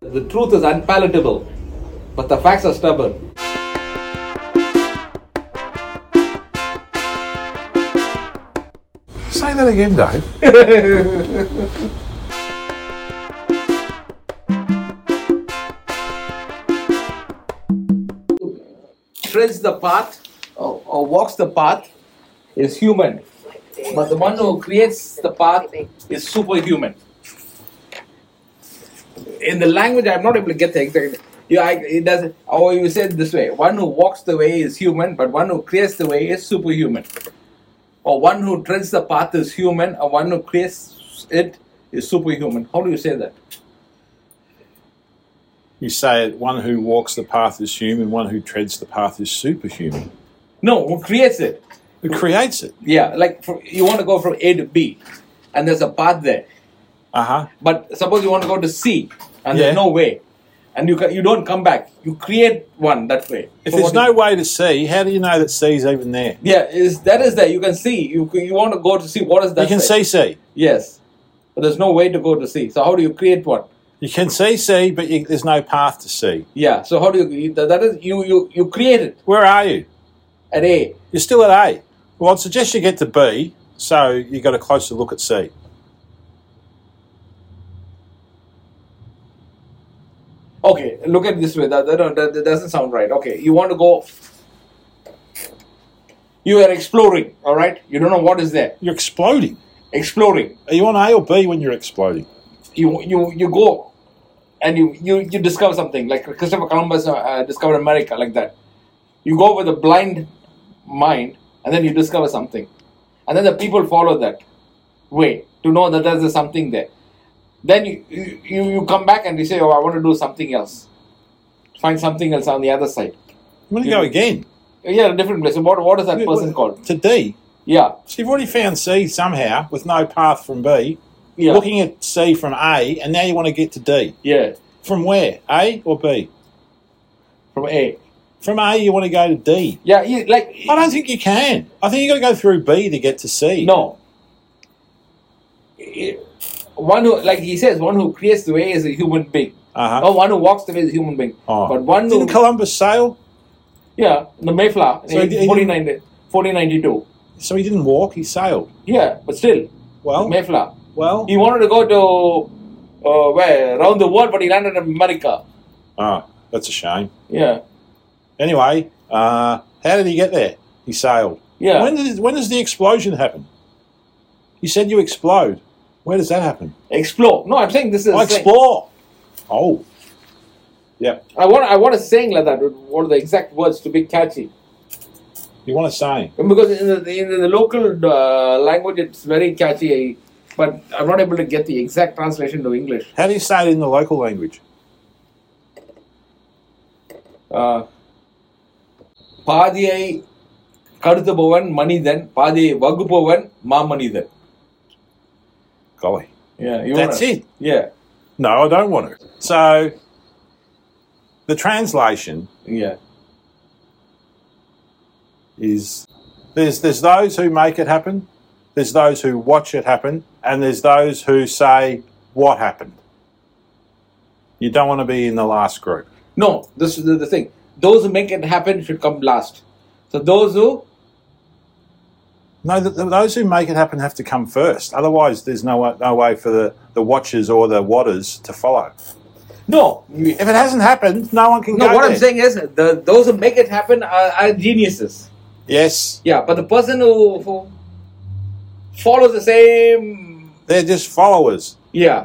The truth is unpalatable, but the facts are stubborn. Say that again, Dave. Treads the path or, or walks the path is human, but the one who creates the path is superhuman. In the language, I'm not able to get the exact. You, I, it does, or you say it this way: one who walks the way is human, but one who creates the way is superhuman. Or one who treads the path is human, or one who creates it is superhuman. How do you say that? You say it, one who walks the path is human, one who treads the path is superhuman. No, who creates it? Who creates it? Yeah, like from, you want to go from A to B, and there's a path there. Uh huh. But suppose you want to go to C, and Yeah. there's no way, and you ca- you don't come back. You create one that way. If So there's what no is- way to see, how do you know that C's even there? yeah, is that is there? You can see. You c- you want to go to C. What is that? you can say? see C. yes, but there's no way to go to C. So how do you create one? You can see C, but you, there's no path to C. Yeah. So how do you- you? That that is you you you create it Where are you? at A. You're still at A. Well, I'd suggest you get to B, so you got a closer look at C. Okay, look at it this way. That, that, don't- that, that doesn't sound right. Okay, you want to go. You are exploring, all right? You don't know what is there. You're exploding. Exploring. Are you on A or B when you're exploding? You you you go, and you you, you discover something like Christopher Columbus uh, uh, discovered America, like that. You go with a blind mind, and then you discover something, and then the people follow that way to know that there's something there. Then you you, you you come back and you say, "Oh, I want to do something else." Find something else on the other side. You want to go again? Yeah, a different place. So What what is that person called? To D. Yeah, So you've already found C somehow with no path from B. yeah, Looking at C from A, and now you want to get to D. yeah. From where? A or B? From A. From A, you want to go to D. Yeah, you, like I don't think you can. I think you got to go through B to get to C. no. One who, like he says, one who creates the way is a human being. Uh-huh. No, one who walks the way is a human being. Oh. But one who, Didn't Columbus sail? yeah, the Mayflower, So in he- he- 49 1492. So he didn't walk, he sailed. Yeah, but still, Well, Mayflower. well. He wanted to go to uh, where around the world, but he landed in America. Oh, that's a shame. Yeah, Anyway, uh, how did he get there? He sailed. yeah. When, did, when does the explosion happen? You said you explode. Where does that happen? explore. No, I'm saying this is. I a saying. explore. Oh. Yeah. I want I want a saying like that. What are the exact words to be catchy? You want to say? Because in the, in the local uh, language, it's very catchy, but I'm not able to get the exact translation to English. How do you say it in the local language? Uh, பாதியை கடத்துபவன் மனிதன் பாதியை வகுப்பவன் மாமனிதன் Golly. yeah, you That's wanna- it. Yeah, No, I don't want to. So, the translation yeah, is there's there's those who make it happen, there's those who watch it happen, and there's those who say what happened. You don't want to be in the last group. no, this is the, the thing. Those who make it happen should come last. So those who No, th th those who make it happen have to come first. Otherwise, there's no wa- no way for the the watchers or the watters to follow. no, If it hasn't happened, no one can no. go. What I'm there. saying is, the those who make it happen are, are geniuses. Yes, Yeah, but the person who, who follows the same. they're just followers. Yeah.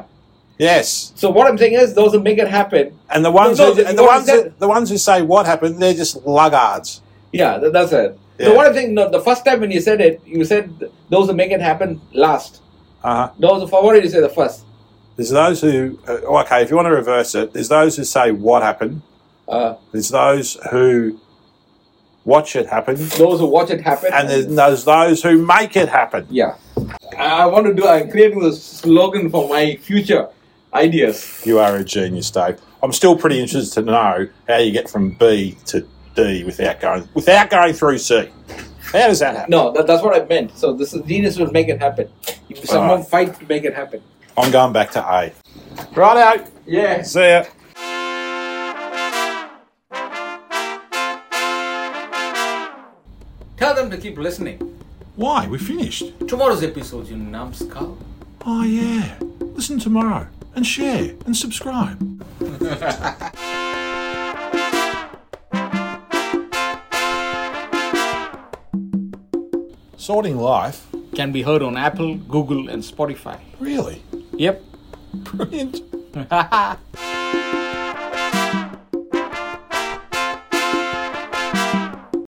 Yes, So what I'm saying is, those who make it happen. and the ones No, no, who, you and the got ones that- who, the ones who say what happened, they're just luggards. Yeah, th- that's it. So Yeah. what I'm saying, no, the first time when you said it, you said th- those who make it happen last. Uh-huh. Those who forward it, you say the first. There's those who, uh, okay, if you want to reverse it, there's those who say what happened, Uh, there's those who watch it happen, those who watch it happen. and there's, there's those who make it happen. yeah. I I want to do. I'm creating the slogan for my future ideas. You are a genius, Dave. I'm still pretty interested to know how you get from B to D without going without going through C. How does that happen? No, that, that's what I meant. So this is genius will make it happen. If someone fight to make it happen. I'm going back to A. Right out. Yes. See ya. Tell them to keep listening. Why? We finished. Tomorrow's episode, you numbskull. Oh, yeah. Listen tomorrow and share and subscribe. Sorting life? Can be heard on Apple, Google, and Spotify. Really? Yep. Brilliant.